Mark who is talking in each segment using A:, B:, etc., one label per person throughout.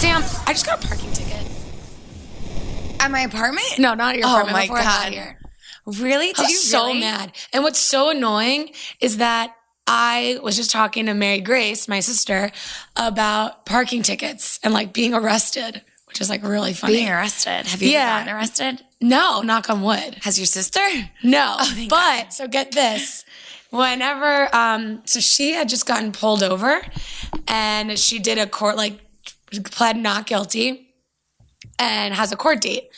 A: just got a parking ticket
B: at my apartment.
A: no not at your
B: Oh
A: apartment
B: my
A: before I got
B: God.
A: here
B: Really? Did
A: I was
B: you
A: so
B: really?
A: mad. And what's so annoying is that I was just talking to Mary Grace, my sister, about parking tickets and like being arrested, which is like really funny.
B: Being arrested. Have you ever
A: Yeah.
B: gotten arrested?
A: no, knock on wood.
B: Has your sister?
A: No.
C: Oh,
B: thank
A: but so get this. Whenever um so she had just gotten pulled over and she did a court like pled not guilty and has a court date.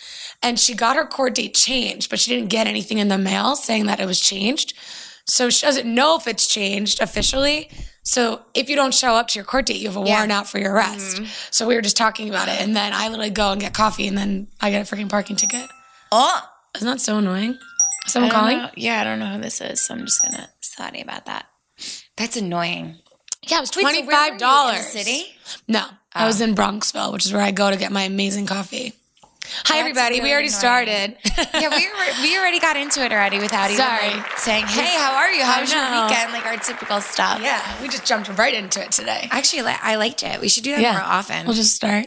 A: And she got her court date changed, but she didn't get anything in the mail saying that it was changed. So she doesn't know if it's changed officially. So if you don't show up to your court date, you have a
B: Yeah.
A: warrant out for your
C: Mm-hmm.
A: arrest. So we were just talking about it. And then I literally go and get coffee and then I get a freaking parking ticket.
B: Oh,
A: Isn't that so annoying?
C: I
A: Someone
C: don't
A: calling?
C: know- Yeah, I don't know who this is, so I'm just gonna sorry about that.
B: that's annoying.
A: Yeah, it was
B: Wait, so
A: twenty
B: where were you,
A: five
B: in the
A: dollars.
B: city?
A: No, I was in Bronxville, which is where I go to get my amazing coffee. Hi, everybody.
B: really
A: we already
B: annoying.
A: started.
B: yeah, we were, we already got into it already without even
A: Sorry.
B: like, saying, "Hey, how are you? How
A: I
B: was your
A: know.
B: weekend?" Like our typical stuff.
A: yeah, we just jumped right into it today.
B: Actually, li- I liked it. We should do that
A: Yeah.
B: more often.
A: We'll just start.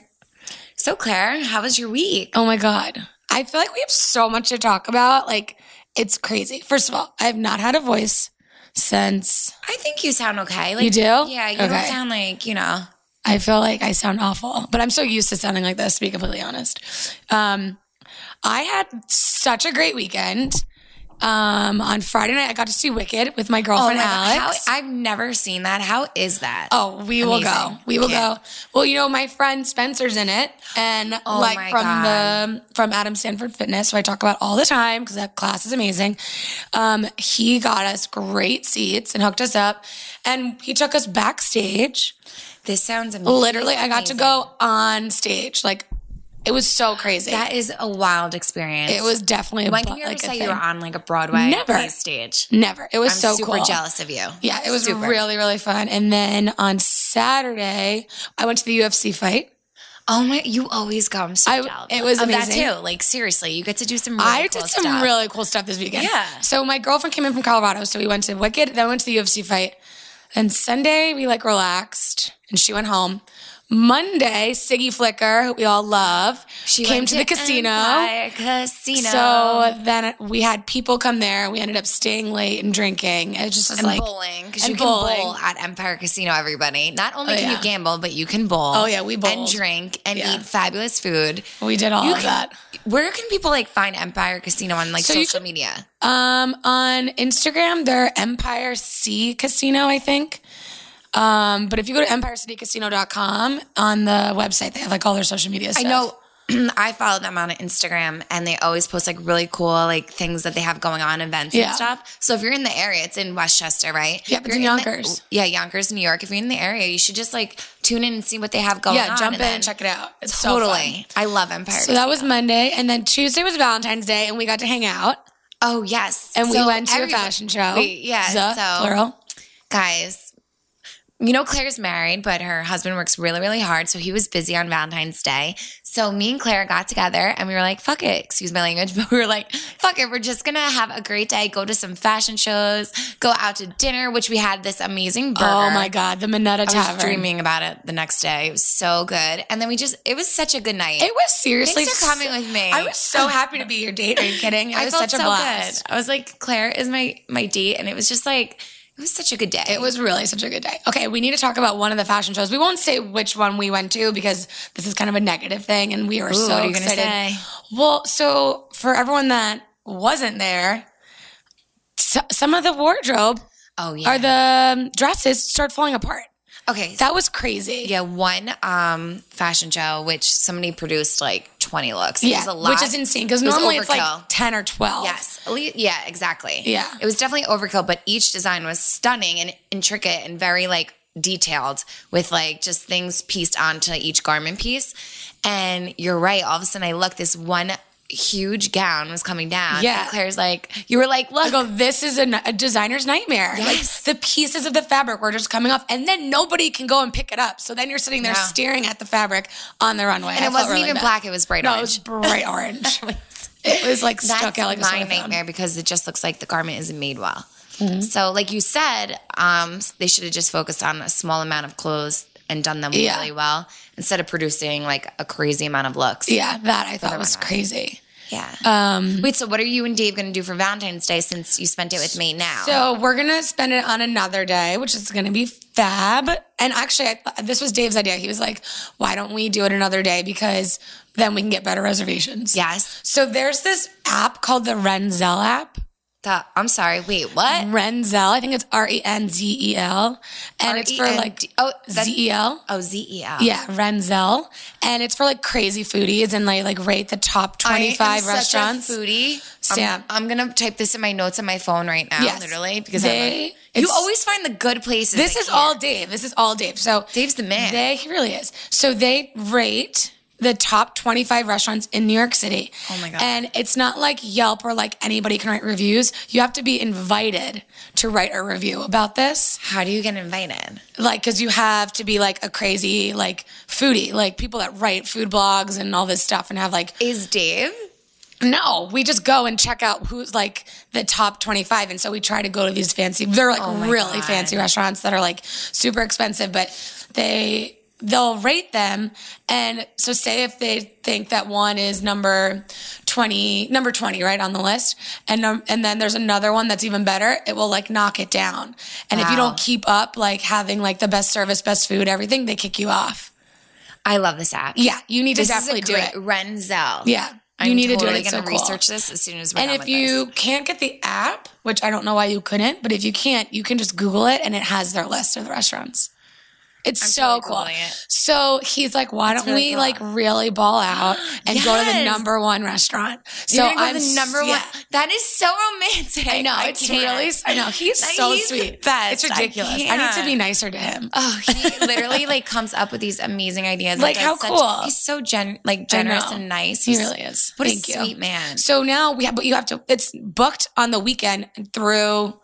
B: so, Claire, how was your week?
A: Oh my god, I feel like we have so much to talk about. Like, it's crazy. First of all, I have not had a voice since.
B: I think you sound okay. Like,
A: You do?
B: Yeah, you don't
A: Okay.
B: sound like you know.
A: I feel like I sound awful, but I'm so used to sounding like this, to be completely honest. Um, I had such a great weekend. Um, on Friday night, I got to see Wicked with my
B: Oh my
A: girlfriend
B: God,
A: Alex.
B: how, I've never seen that. How is that?
A: Oh, we will go.
B: Amazing.
A: We will
B: Yeah.
A: go. Well, you know, my friend Spencer's in it, and
B: Oh
A: like
B: my
A: from
B: God.
A: the from Adam Stanford Fitness, who I talk about all the time because that class is amazing. Um, he got us great seats and hooked us up, and he took us backstage.
B: this sounds amazing.
A: Literally, I got to go on stage. Like, it was so crazy.
B: That is a wild experience.
A: it was definitely a
B: When
A: bu-
B: can you ever
A: like a
B: say
A: thing.
B: you were on like a Broadway
A: Never.
B: play stage?
A: Never. It was
B: I'm
A: so
B: super
A: cool.
B: jealous of you.
A: Yeah, it was
B: Super.
A: really really fun. And then on Saturday, I went to the UFC fight.
B: Oh my! You always go. I'm so
A: I-
B: jealous.
A: it was
B: of
A: amazing.
B: that too. Like seriously, you get to do some. Really
A: I
B: cool
A: did some
B: stuff.
A: really cool stuff this weekend.
B: Yeah.
A: So my girlfriend came in from Colorado, so we went to Wicked, then went to the UFC fight. And Sunday we like relaxed, and she went home. Monday, Siggy Flicker, who we all love,
B: She
A: came
B: went
A: to the casino.
B: Empire Casino.
A: So then we had people come there. We ended up staying late and drinking. It just was
B: and
A: like
B: bowling because
A: and
B: you
A: bowling.
B: can bowl at Empire Casino. Everybody, not only
A: Oh,
B: can
A: yeah.
B: you gamble, but you can bowl.
A: Oh, yeah, we
B: and
A: bowled.
B: drink and
A: Yeah.
B: eat fabulous food.
A: we did all
B: You
A: of
B: can-
A: that.
B: Where can people like find Empire Casino on like
A: So you
B: social
A: can-
B: media?
A: Um, on Instagram, they're Empire C Casino, I think. Um, but if you go to empirecitycasino.com on the website, they have like all their social media stuff.
B: I know. I follow them on Instagram and they always post like really cool like things that they have going on, events
A: Yeah.
B: and stuff. So if you're in the area, it's in Westchester, right?
A: Yep, it's
B: If
A: in
B: you're the-
A: Yonkers.
B: yeah, Yonkers, New York. If you're in the area, you should just like tune in and see what they have going on.
A: Yeah, jump in
B: then-
A: and check it out. It's so fun.
B: Totally. I love Empire.
A: So that was Monday, and then Tuesday was Valentine's Day, and we got to hang out,
B: oh yes.
A: and we
B: So
A: went to
B: every-
A: a fashion show.
B: we- yeah,
A: The
B: so-
A: plural. Oh
B: Guys, you know Claire's married, but her husband works really, really hard. So he was busy on Valentine's Day. So me and Claire got together and we were like, fuck it, excuse my language, but we were like, fuck it, we're just gonna have a great day, go to some fashion shows, go out to dinner, which we had this amazing burger.
A: Oh my God, the Minetta
B: I was
A: Tavern.
B: dreaming about it the next day. It was so good. And then we just it was such a good night.
A: It was seriously
B: Thanks for
A: so-
B: coming with me.
A: I was so happy to be your date. Are you kidding? It
B: I
A: was
B: felt
A: such
B: so
A: a blast.
B: good. I was like, Claire is my my date, and it was just like it was such a good day.
A: It was really such a good day. Okay, we need to talk about one of the fashion shows. We won't say which one we went to because this is kind of a negative thing, and we are so
B: what are you gonna
A: excited.
B: say?
A: Well, so for everyone that wasn't there, s some of the wardrobe
B: oh yeah.
A: or the um, dresses start falling apart.
B: okay,
A: That was crazy.
B: Yeah, one um fashion show which somebody produced like 20 looks. It
A: Yeah,
B: was a lot.
A: which is insane because
B: It was
A: normally it's like
B: overkill.
A: ten or twelve.
B: Yes. At lea- Yeah, exactly.
A: Yeah.
B: It was definitely overkill, but each design was stunning and intricate and very like detailed with like just things pieced onto each garment piece. And you're right. All of a sudden I look, this one huge gown was coming down.
A: Yeah.
B: And Claire's like, you were like,
A: I
B: look.
A: go, this is a, n- a designer's nightmare.
B: Yes.
A: Like the pieces of the fabric were just coming off, and then nobody can go and pick it up. So then you're sitting there
B: No.
A: staring at the fabric on the runway.
B: and
A: I
B: it
A: felt
B: wasn't
A: really
B: even
A: bad.
B: black, it was bright
A: No, it
B: orange.
A: was bright orange. it was like stuck out like a sore
B: my
A: thumb.
B: nightmare because it just looks like the garment isn't made
A: Mm-hmm.
B: well. So, like you said, um, they should have just focused on a small amount of clothes and done them
A: Yeah.
B: really well instead of producing like a crazy amount of looks.
A: Yeah, that I thought was crazy.
B: Yeah.
A: Um,
B: Wait, so what are you and Dave going to do for Valentine's Day since you spent it with me now?
A: so we're gonna spend it on another day, which is gonna be fab. And actually, I, th- this was Dave's idea. He was like, "Why don't we do it another day? Because then we can get better reservations."
B: yes.
A: So there's this app called the Renzel app.
B: The- I'm sorry. Wait, what?
A: Mm, Renzel, I think it's R E N Z E L, and it's for like
B: R-E-N-D- oh, that's-
A: Z E L.
B: Oh, Z E L.
A: Yeah, Renzel, and it's for like crazy foodies and like like rate the top twenty five restaurants.
B: Such a foodie.
A: Sam.
B: I'm, I'm gonna type this in my notes on my phone right now,
A: Yes.
B: literally, because
A: They-
B: I'm like, you
A: it's-
B: always find the good places.
A: This
B: I
A: is
B: can't.
A: all Dave. This is all Dave. So
B: Dave's the man.
A: They he really is. So they rate the top 25 restaurants in New York City.
B: Oh my God.
A: And it's not like Yelp or like anybody can write reviews. You have to be invited to write a review about this.
B: How do you get invited?
A: like because you have to be like a crazy like foodie like people that write food blogs and all this stuff and have like
B: Is Dave?
A: no we just go and check out who's like the top 25 and so we try to go to these fancy they're like
B: Oh my
A: really
B: God.
A: fancy restaurants that are like super expensive but they they'll rate them and so say if they think that one is number 20 number 20 right on the list and num- and then there's another one that's even better it will like knock it down and if you
B: Wow.
A: don't keep up like having like the best service best food everything they kick you off
B: I love this app.
A: yeah you need to
B: this
A: definitely
B: is a great
A: do it
B: Renzel.
A: yeah
B: I'm
A: you need
B: totally
A: to do it It's
B: gonna
A: so cool.
B: research this as soon as we're
A: And
B: done
A: if
B: with
A: you can't get the app, which I don't know why you couldn't, but if you can't, you can just Google it and it has their list of the restaurants. It's so
B: totally
A: cool.
B: Googling it.
A: So he's like, why don't
B: really
A: we
B: cool.
A: like really ball out and go to the
B: Yes.
A: number one restaurant?
B: this.
A: So
B: You're gonna go
A: I'm
B: to the number
A: yeah.
B: one. That is so romantic.
A: I know it's
B: can't.
A: really. I know he's
B: Like,
A: so
B: he's the
A: sweet.
B: best.
A: It's
B: I
A: ridiculous. I, need to
B: can't.
A: be nicer to him.
B: Oh, he literally like comes up with these amazing ideas. and
A: Like,
B: does
A: how cool.
B: He's so gen like
A: I
B: generous
A: know.
B: and nice.
A: He
B: He's
A: really is.
B: what
A: Thank
B: a
A: you.
B: sweet man.
A: So now we have, but you have to, it's booked on the weekend through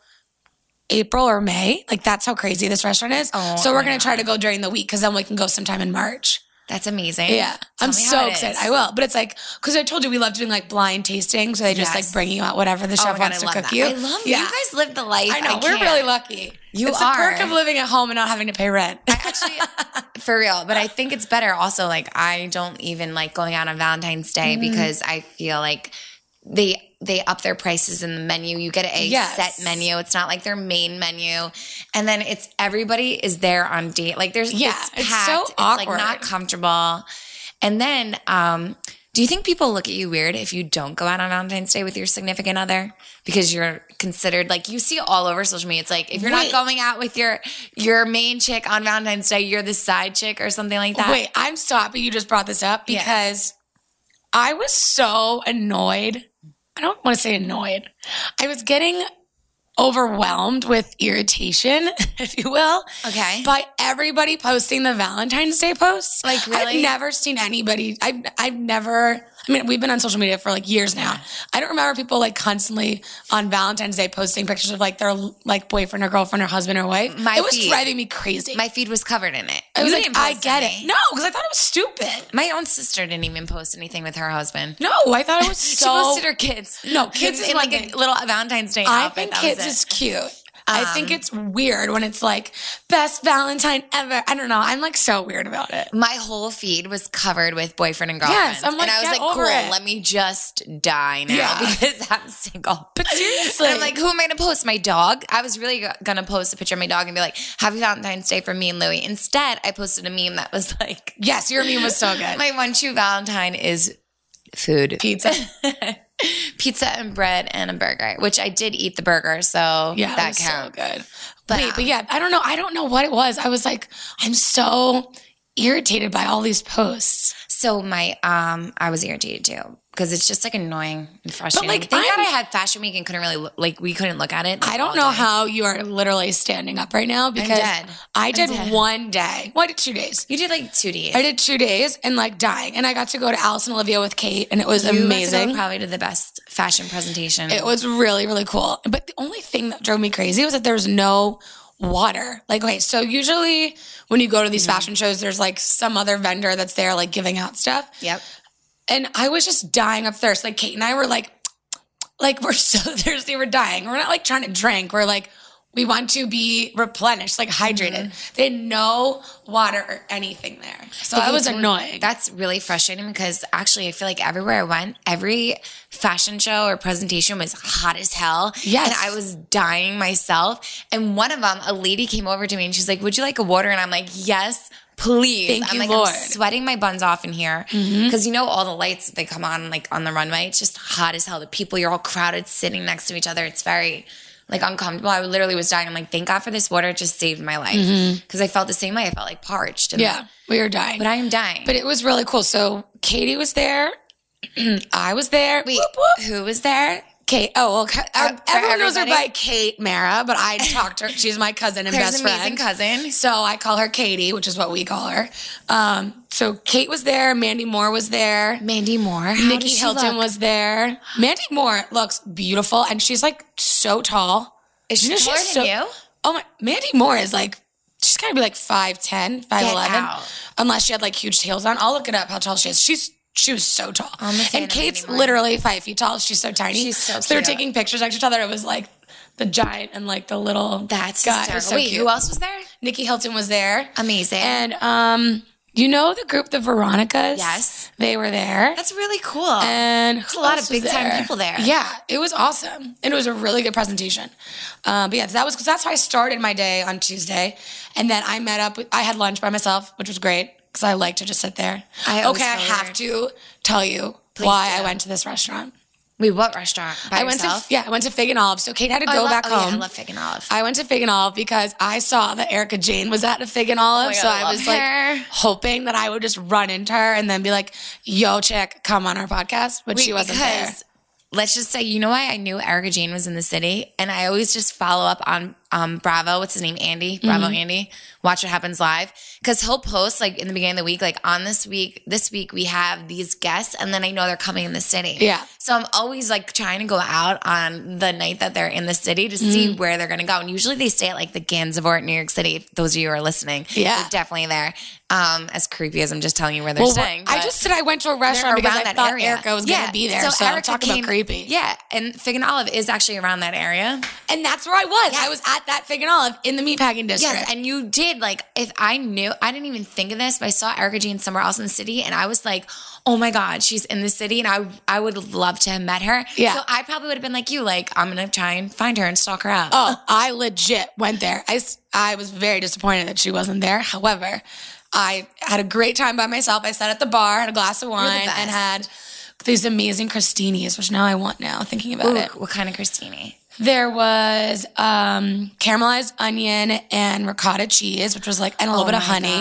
A: April or May. Like that's how crazy this restaurant is.
B: Oh,
A: so
B: oh
A: we're
B: my
A: going to try to go during the week because then we can go sometime in March.
B: That's amazing.
A: Yeah. I'm
B: Tell me how
A: so
B: it
A: excited.
B: is.
A: I will. But it's like, because I told you we love doing like blind tasting. So they just
B: Yes.
A: like bring you out whatever the
B: Oh my
A: chef
B: God,
A: wants
B: I
A: to
B: love
A: cook
B: that.
A: you.
B: I love
A: yeah.
B: you guys live the life.
A: I know.
B: I
A: we're
B: can't.
A: really lucky.
B: You
A: it's the perk
B: are.
A: of living at home and not having to pay rent.
B: actually for real. But I think it's better also like I don't even like going out on Valentine's Day
A: Mm-hmm.
B: because I feel like they they up their prices in the menu. You get a
A: Yes.
B: set menu. It's not like their main menu. And then it's everybody is there on date. Like there's
A: Yeah,
B: it's
A: it's
B: packed.
A: so
B: like
A: awkward.
B: not comfortable. And then um do you think people look at you weird if you don't go out on Valentine's Day with your significant other because you're considered like you see all over social media? It's like if you're
A: Wait.
B: not going out with your your main chick on Valentine's Day, you're the side chick or something like that.
A: Wait, I'm so happy you just brought this up
B: Yeah.
A: because I was so annoyed. I don't want to say annoyed. I was getting overwhelmed with irritation, if you will,
B: Okay.
A: by everybody posting the Valentine's Day posts.
B: Like, really?
A: I've never seen anybody. I've I've never. I mean, we've been on social media for like years now. I don't remember people like constantly on Valentine's Day posting pictures of like their like boyfriend or girlfriend or husband or wife.
B: My
A: it was
B: feed.
A: driving me crazy.
B: my feed was covered in it.
A: I was
B: You
A: like,
B: didn't
A: I
B: post
A: get
B: any.
A: it. No, because I thought it was stupid.
B: My own sister didn't even post anything with her husband.
A: No, I thought it was so.
B: she posted her kids.
A: No, kids is
B: in
A: one
B: like
A: thing.
B: a little Valentine's Day
A: I
B: outfit.
A: think
B: That
A: kids
B: was it. Um,
A: is cute. I think it's weird when it's like best Valentine ever. I don't know. I'm like so weird about it.
B: my whole feed was covered with boyfriend and girlfriend.
A: Yes, I'm like,
B: and I was
A: get
B: like,
A: over
B: cool,
A: it.
B: let me just die now
A: Yeah.
B: because I'm single.
A: But seriously,
B: And I'm like, who am I gonna post? My dog? I was really go- gonna post a picture of my dog and be like, Happy Valentine's Day from me and Louie. Instead, I posted a meme that was like,
A: yes, your meme was so good.
B: My one true Valentine is food,
A: pizza.
B: pizza and bread and a burger, which I did eat the burger, so
A: Yeah, it
B: that
A: was
B: counts.
A: so good.
B: But,
A: Wait, but
B: um,
A: yeah, I don't know. I don't know what it was. I was like, I'm so irritated by all these posts.
B: So my um, I was irritated too because it's just like annoying and frustrating.
A: like,
B: Thank God I
A: I'm-
B: had Fashion Week and couldn't really look, like we couldn't look at it. like,
A: I
B: all
A: don't know
B: day.
A: how you are literally standing up right now because
B: dead.
A: I
B: I'm
A: did
B: dead.
A: one day. Well, I did two days.
B: you did like two days.
A: I did two days and like dying. And I got to go to Alice and Olivia with Kate, and it was
B: You guys are
A: amazing.
B: Probably did the best fashion presentation.
A: It was really, really cool. But the only thing that drove me crazy was that there was no water. Like, okay, so usually when you go to these fashion shows, there's like some other vendor that's there, like giving out stuff.
B: yep.
A: And I was just dying of thirst. Like, Kate and I were like, like, we're so thirsty, we're dying. We're not like trying to drink, we're like, We want to be replenished, like hydrated. They had no water or anything there. So that was annoying.
B: That's really frustrating because actually, I feel like everywhere I went, every fashion show or presentation was hot as hell.
A: Yes.
B: And I was dying myself. And one of them, a lady came over to me and she's like, Would you like a water? And I'm like, Yes. Please,
A: Thank
B: I'm
A: you,
B: like
A: Lord. Mm-hmm.
B: I'm sweating my buns off in here because you know all the lights they come on like on the runway. It's just hot as hell. The people you're all crowded sitting next to each other. It's very like uncomfortable. I literally was dying. I'm like, thank God for this water. It just saved my life because I felt the same way. I felt like parched. And
A: Mm-hmm. yeah, we were dying.
B: but I am dying.
A: But it was really cool. So Katie was there. I was there.
B: wait,
A: Whoop, whoop.
B: who was there?
A: Kate. Oh well, Ka-
B: Uh,
A: um,
B: for
A: everyone knows her
B: everybody?
A: by Kate Mara, but I talked to her. She's my cousin and
B: Claire's
A: best
B: amazing
A: friend.
B: cousin.
A: So I call her Katie, which is what we call her. Um, so Kate was there. Mandy Moore was there.
B: Mandy Moore. How
A: Nikki Hilton was there. Mandy Moore looks beautiful, and she's like so tall.
B: Is she
A: You know,
B: taller
A: she's
B: than
A: so-
B: you?
A: Oh my, Mandy Moore is like she's gotta be like 5'10", 5'11".
B: out.
A: Unless she had like huge heels on. I'll look it up how tall she is. She's she was so tall.
B: I'm a fan
A: and
B: of
A: Kate's
B: Mandy Moore.
A: literally five feet tall. She's so tiny.
B: She's so
A: they were
B: cute.
A: taking pictures next to each other. It was like the giant and like the little
B: That's
A: guy. It
B: hysterical.
A: was so
B: wait,
A: cute.
B: who else was there?
A: Nikki Hilton was there.
B: Amazing.
A: And um, you know the group the Veronicas?
B: Yes.
A: They were there.
B: That's really cool.
A: And
B: a lot of
A: big
B: big-time
A: time
B: people there.
A: Yeah, it was awesome, and it was a really good presentation. Um, but yeah, that was because that's how I started my day on Tuesday, and then I met up. With, I had lunch by myself, which was great because I like to just sit there.
B: I always
A: okay, I
B: feel
A: have
B: weird.
A: to tell you why I
B: do.
A: went to this restaurant.
B: wait, what restaurant? By
A: I went
B: yourself?
A: to yeah, I went to Fig and Olive. So Kate had to
B: Oh, I
A: go
B: love-
A: back
B: oh,
A: home.
B: Yeah, I love fig and olive.
A: I went to Fig and Olive because I saw that Erica Jane was at a Fig and Olive,
B: Oh my God,
A: so
B: I
A: I
B: love
A: was
B: her.
A: like hoping that I would just run into her and then be like, "Yo, chick, come on our podcast," but she wasn't there.
B: Let's just say, you know why I knew Erica Jane was in the city, and I always just follow up on um, Bravo. What's his name? Andy.
A: Mm-hmm.
B: Bravo, Andy. Watch what happens live because he'll post like in the beginning of the week, like on this week. This week we have these guests, and then I know they're coming in the city.
A: Yeah.
B: So I'm always like trying to go out on the night that they're in the city to see
A: Mm-hmm.
B: where they're gonna go, and usually they stay at like the Gansevoort, New York City. If those of you who are listening,
A: Yeah.
B: they're definitely there. Um, as creepy as I'm just telling you where they're
A: Well,
B: staying.
A: I
B: but-
A: just said I went to a
B: around
A: restaurant because I
B: that
A: thought
B: area.
A: Erica was going to be there. So, I'm talking
B: came-
A: about creepy.
B: Yeah, and Fig and Olive is actually around that area.
A: And that's where I was. I was at that Fig and Olive in the meatpacking district.
B: Yes, and you did like if I knew I didn't even think of this, but I saw Erica Jean somewhere else in the city, and I was like, oh my god, she's in the city, and I I would love to have met her.
A: Yeah.
B: so I probably would have been like you, like I'm gonna try and find her and stalk her out.
A: oh, I legit went there. I, s- I was very disappointed that she wasn't there. However, I had a great time by myself. I sat at the bar, had a glass of wine, and
B: best.
A: had these amazing crostinis, which now I want now, thinking about
B: Ooh,
A: it.
B: what kind of Christini?
A: There was um, caramelized onion and ricotta cheese, which was like, and a little bit of honey.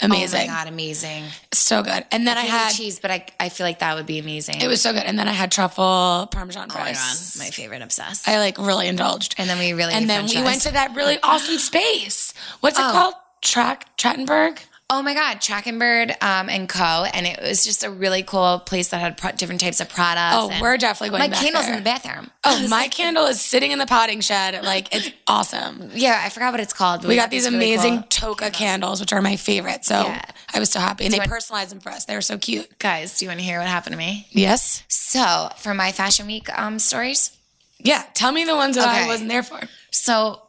A: Amazing.
B: Oh my Oh god, amazing!
A: So good. And then I,
B: I
A: had
B: had cheese, but I, I feel like that would be amazing.
A: It was so good. And then I had truffle parmesan
B: oh my god,
A: fries.
B: my favorite, obsessed.
A: I like really indulged.
B: and then we really Oh.
A: And then we
B: franchised.
A: went to that really awesome space. What's it called? Track Trattenberg?
B: Oh my God, Track and Bird um, and Co. And it was just a really cool place that had pro- different types of products.
A: Oh,
B: and
A: we're definitely going
B: my
A: back
B: candles
A: there.
B: in the bathroom.
A: Oh, my candle is sitting in the potting shed. Like it's awesome.
B: Yeah, I forgot what it's called. but
A: We got these
B: this really
A: amazing
B: cool-
A: toca candles. which are my favorite. So
B: Yeah.
A: I was so happy. And they
B: want-
A: personalized them for us. They were so cute.
B: guys. Do you want to hear what happened to me?
A: Yes.
B: So for my fashion week um, stories,
A: Yeah. Tell me the ones that I
B: Okay.
A: wasn't there for.
B: So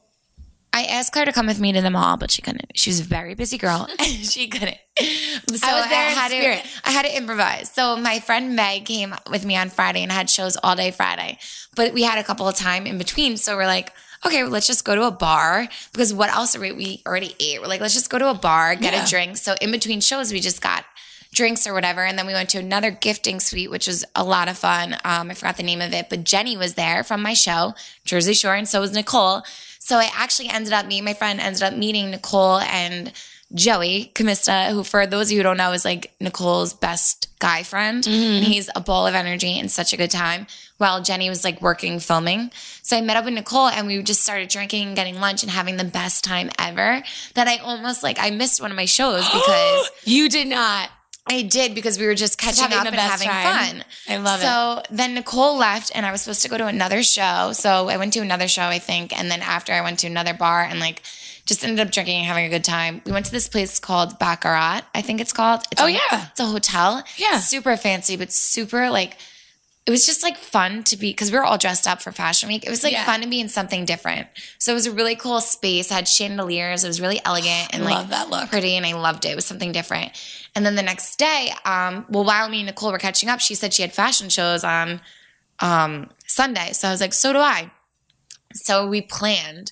B: I asked Claire to come with me to the mall, but she couldn't. She was a very busy girl. she couldn't. So
A: was there in
B: had
A: spirit.
B: To, I had to improvise. So my friend Meg came with me on Friday and had shows all day Friday. But we had a couple of time in between. So we're like, okay, well, let's just go to a bar because what else are we, we already ate? We're like, let's just go to a bar, get
A: Yeah.
B: a drink. So in between shows, we just got drinks or whatever. And then we went to another gifting suite, which was a lot of fun. Um, I forgot the name of it, but Jenny was there from my show, Jersey Shore, and so was Nicole. So I actually ended up, me and my friend ended up meeting Nicole and Joey Kamista, who for those of you who don't know is like Nicole's best guy friend. And he's a ball of energy and such a good time. While Jenny was like working filming. So I met up with Nicole and we just started drinking and getting lunch and having the best time ever. That I almost like I missed one of my shows because
A: you did not.
B: I did because we were just catching
A: having
B: up
A: the
B: and
A: best
B: having
A: time.
B: fun.
A: I love it.
B: so then Nicole left, and I was supposed to go to another show. So I went to another show, I think, and then after I went to another bar and like just ended up drinking and having a good time. We went to this place called Baccarat, I think it's called. It's
A: Oh,
B: a-
A: yeah.
B: it's a hotel.
A: Yeah.
B: super fancy, but super like. it was just like fun to be because we were all dressed up for fashion week. It was like
A: Yeah.
B: fun to be in something different. So it was a really cool space. had chandeliers. It was really elegant and
A: I
B: like
A: love that look.
B: pretty, and I loved it. It was something different. And then the next day, um, well, while me and Nicole were catching up, she said she had fashion shows on um, Sunday. So I was like, so do I. So we planned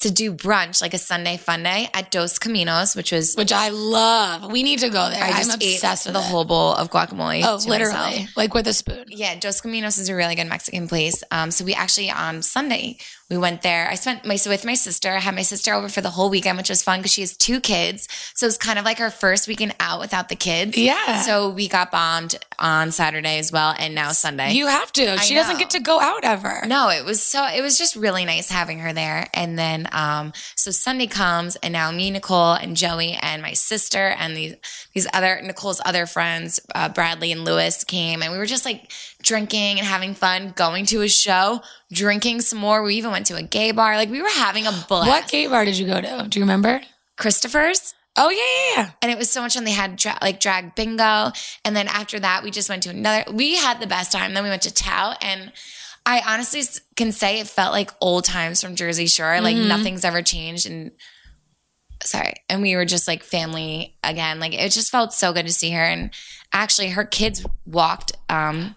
B: to do brunch like a Sunday fun day at Dos Caminos, which was
A: Which I love. We need to go there.
B: I
A: I'm
B: just
A: obsessed
B: ate
A: with
B: the
A: it.
B: whole bowl of guacamole.
A: Oh,
B: to
A: literally,
B: myself.
A: like with a spoon.
B: Yeah, Dos Caminos is a really good Mexican place. Um, so we actually on Sunday we went there. I spent my so with my sister. I had my sister over for the whole weekend, which was fun because she has two kids. So it was kind of like her first weekend out without the kids.
A: Yeah.
B: So we got bombed on Saturday as well, and now Sunday.
A: You have to. she doesn't
B: know.
A: get to go out ever.
B: no, it was so it was just really nice having her there. And then um, so Sunday comes, and now me, Nicole, and Joey, and my sister, and these these other Nicole's other friends, uh, Bradley and Lewis came, and we were just like drinking and having fun, going to a show, drinking some more. We even went to a gay bar. Like we were having a blast.
A: What gay bar did you go to? Do you remember?
B: Christopher's?
A: Oh yeah, yeah, yeah.
B: and it was so much fun. They had dra- like drag bingo, and then after that, we just went to another. We had the best time. Then we went to Tao, and I honestly s- can say it felt like old times from Jersey Shore. Like
A: Mm-hmm.
B: nothing's ever changed, and sorry, and we were just like family again. Like it just felt so good to see her, and actually, her kids walked. um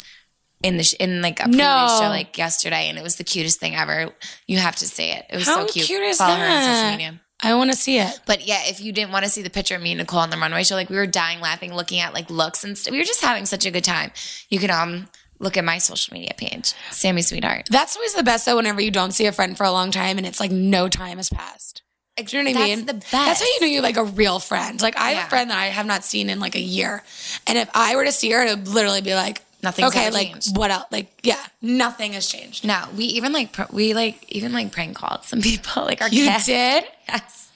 B: in the sh- in like a
A: No.
B: previous show like yesterday, and it was the cutest thing ever. You have to see it. It was
A: How
B: so cute.
A: cute is
B: Follow her on social
A: that?
B: media.
A: I want to see it.
B: But yeah, if you didn't want to see the picture of me and Nicole on the runway show, like we were dying laughing, looking at like looks and stuff. We were just having such a good time. You can um look at my social media page, Sammy Sweetheart.
A: That's always the best though. Whenever you don't see a friend for a long time and it's like no time has passed. Do you know what I
B: That's
A: mean?
B: the best.
A: That's how you know you're like a real friend. Like I have
B: Yeah.
A: a friend that I have not seen in like a year, and if I were to see her, it would literally be like
B: Nothing's
A: Okay,
B: ever
A: like
B: changed.
A: what else? Like yeah, nothing has changed.
B: No, we even like pr- we like even like prank called some people like our
A: You
B: cast.
A: did?
B: Yes.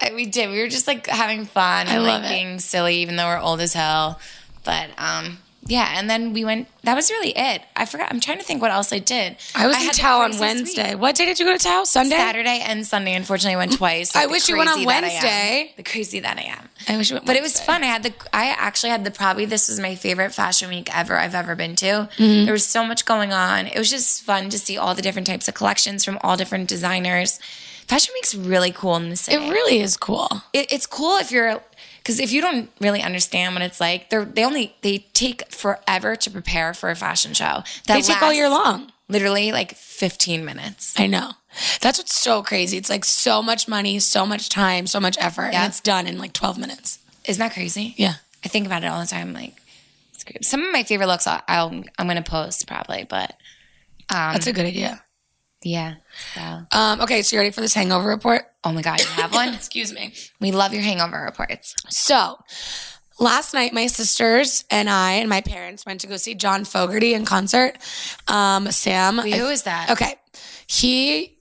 B: Uh, we did. We were just like having fun and
A: I
B: like
A: love it.
B: being silly, even though we're old as hell. But um, yeah. And then we went. That was really it. I forgot. I'm trying to think what else I did.
A: I was in
B: had the
A: Tao on
B: craziest week.
A: Wednesday. What day did you go to Tao? Sunday.
B: Saturday and Sunday. Unfortunately, I went twice.
A: I
B: Like, the
A: wish you went
B: crazy
A: on
B: that I am.
A: Wednesday.
B: The crazy that I am.
A: I wish, went
B: But it was
A: Wednesday.
B: fun. I had the. I actually had the probably this was my favorite fashion week ever I've ever been to.
A: Mm-hmm.
B: There was so much going on. It was just fun to see all the different types of collections from all different designers. Fashion week's really cool in the city.
A: It really is cool.
B: It- it's cool if you're because if you don't really understand what it's like, they are they only they take forever to prepare for a fashion show. That
A: They take all year
B: lasts
A: long.
B: Literally like fifteen minutes.
A: I know. That's what's so crazy. It's like so much money, so much time, so much effort,
B: Yeah.
A: and it's done in like 12 minutes.
B: Isn't that crazy?
A: Yeah.
B: I think about it all the time. Like, screw. Some of my favorite looks I'll, I'll I'm gonna post probably, but
A: That's a good idea.
B: yeah. So,
A: Um, okay, so you ready for this hangover report?
B: oh my god, you have one.
A: Excuse me.
B: we love your hangover reports.
A: So last night, my sisters and I and my parents went to go see John Fogerty in concert. Um, Sam.
B: Who is that?
A: Okay. He,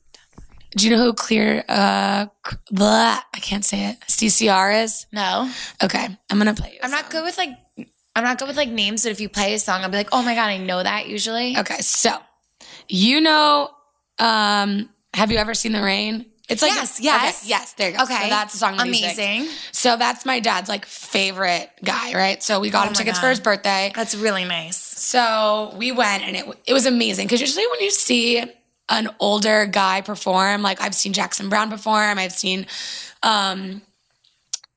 A: do you know who Clear, uh, blah, I can't say it, CCR is?
B: No,
A: Okay, I'm gonna play you. a
B: I'm
A: song.
B: not good with like. I'm not good with like names, but if you play a song, I'll be like, "Oh my god, I know that." Usually,
A: Okay, so you know, um, have you ever seen the rain? It's like
B: Yes, yes.
A: okay, yes. There you go.
B: Okay.
A: so that's a song. of music.
B: Amazing.
A: So that's my dad's like favorite guy, right? So we got him
B: Oh my
A: tickets
B: God.
A: for his birthday.
B: that's really nice.
A: So we went, and it it was amazing because usually when you see an older guy perform, like I've seen Jackson Brown perform, I've seen, um,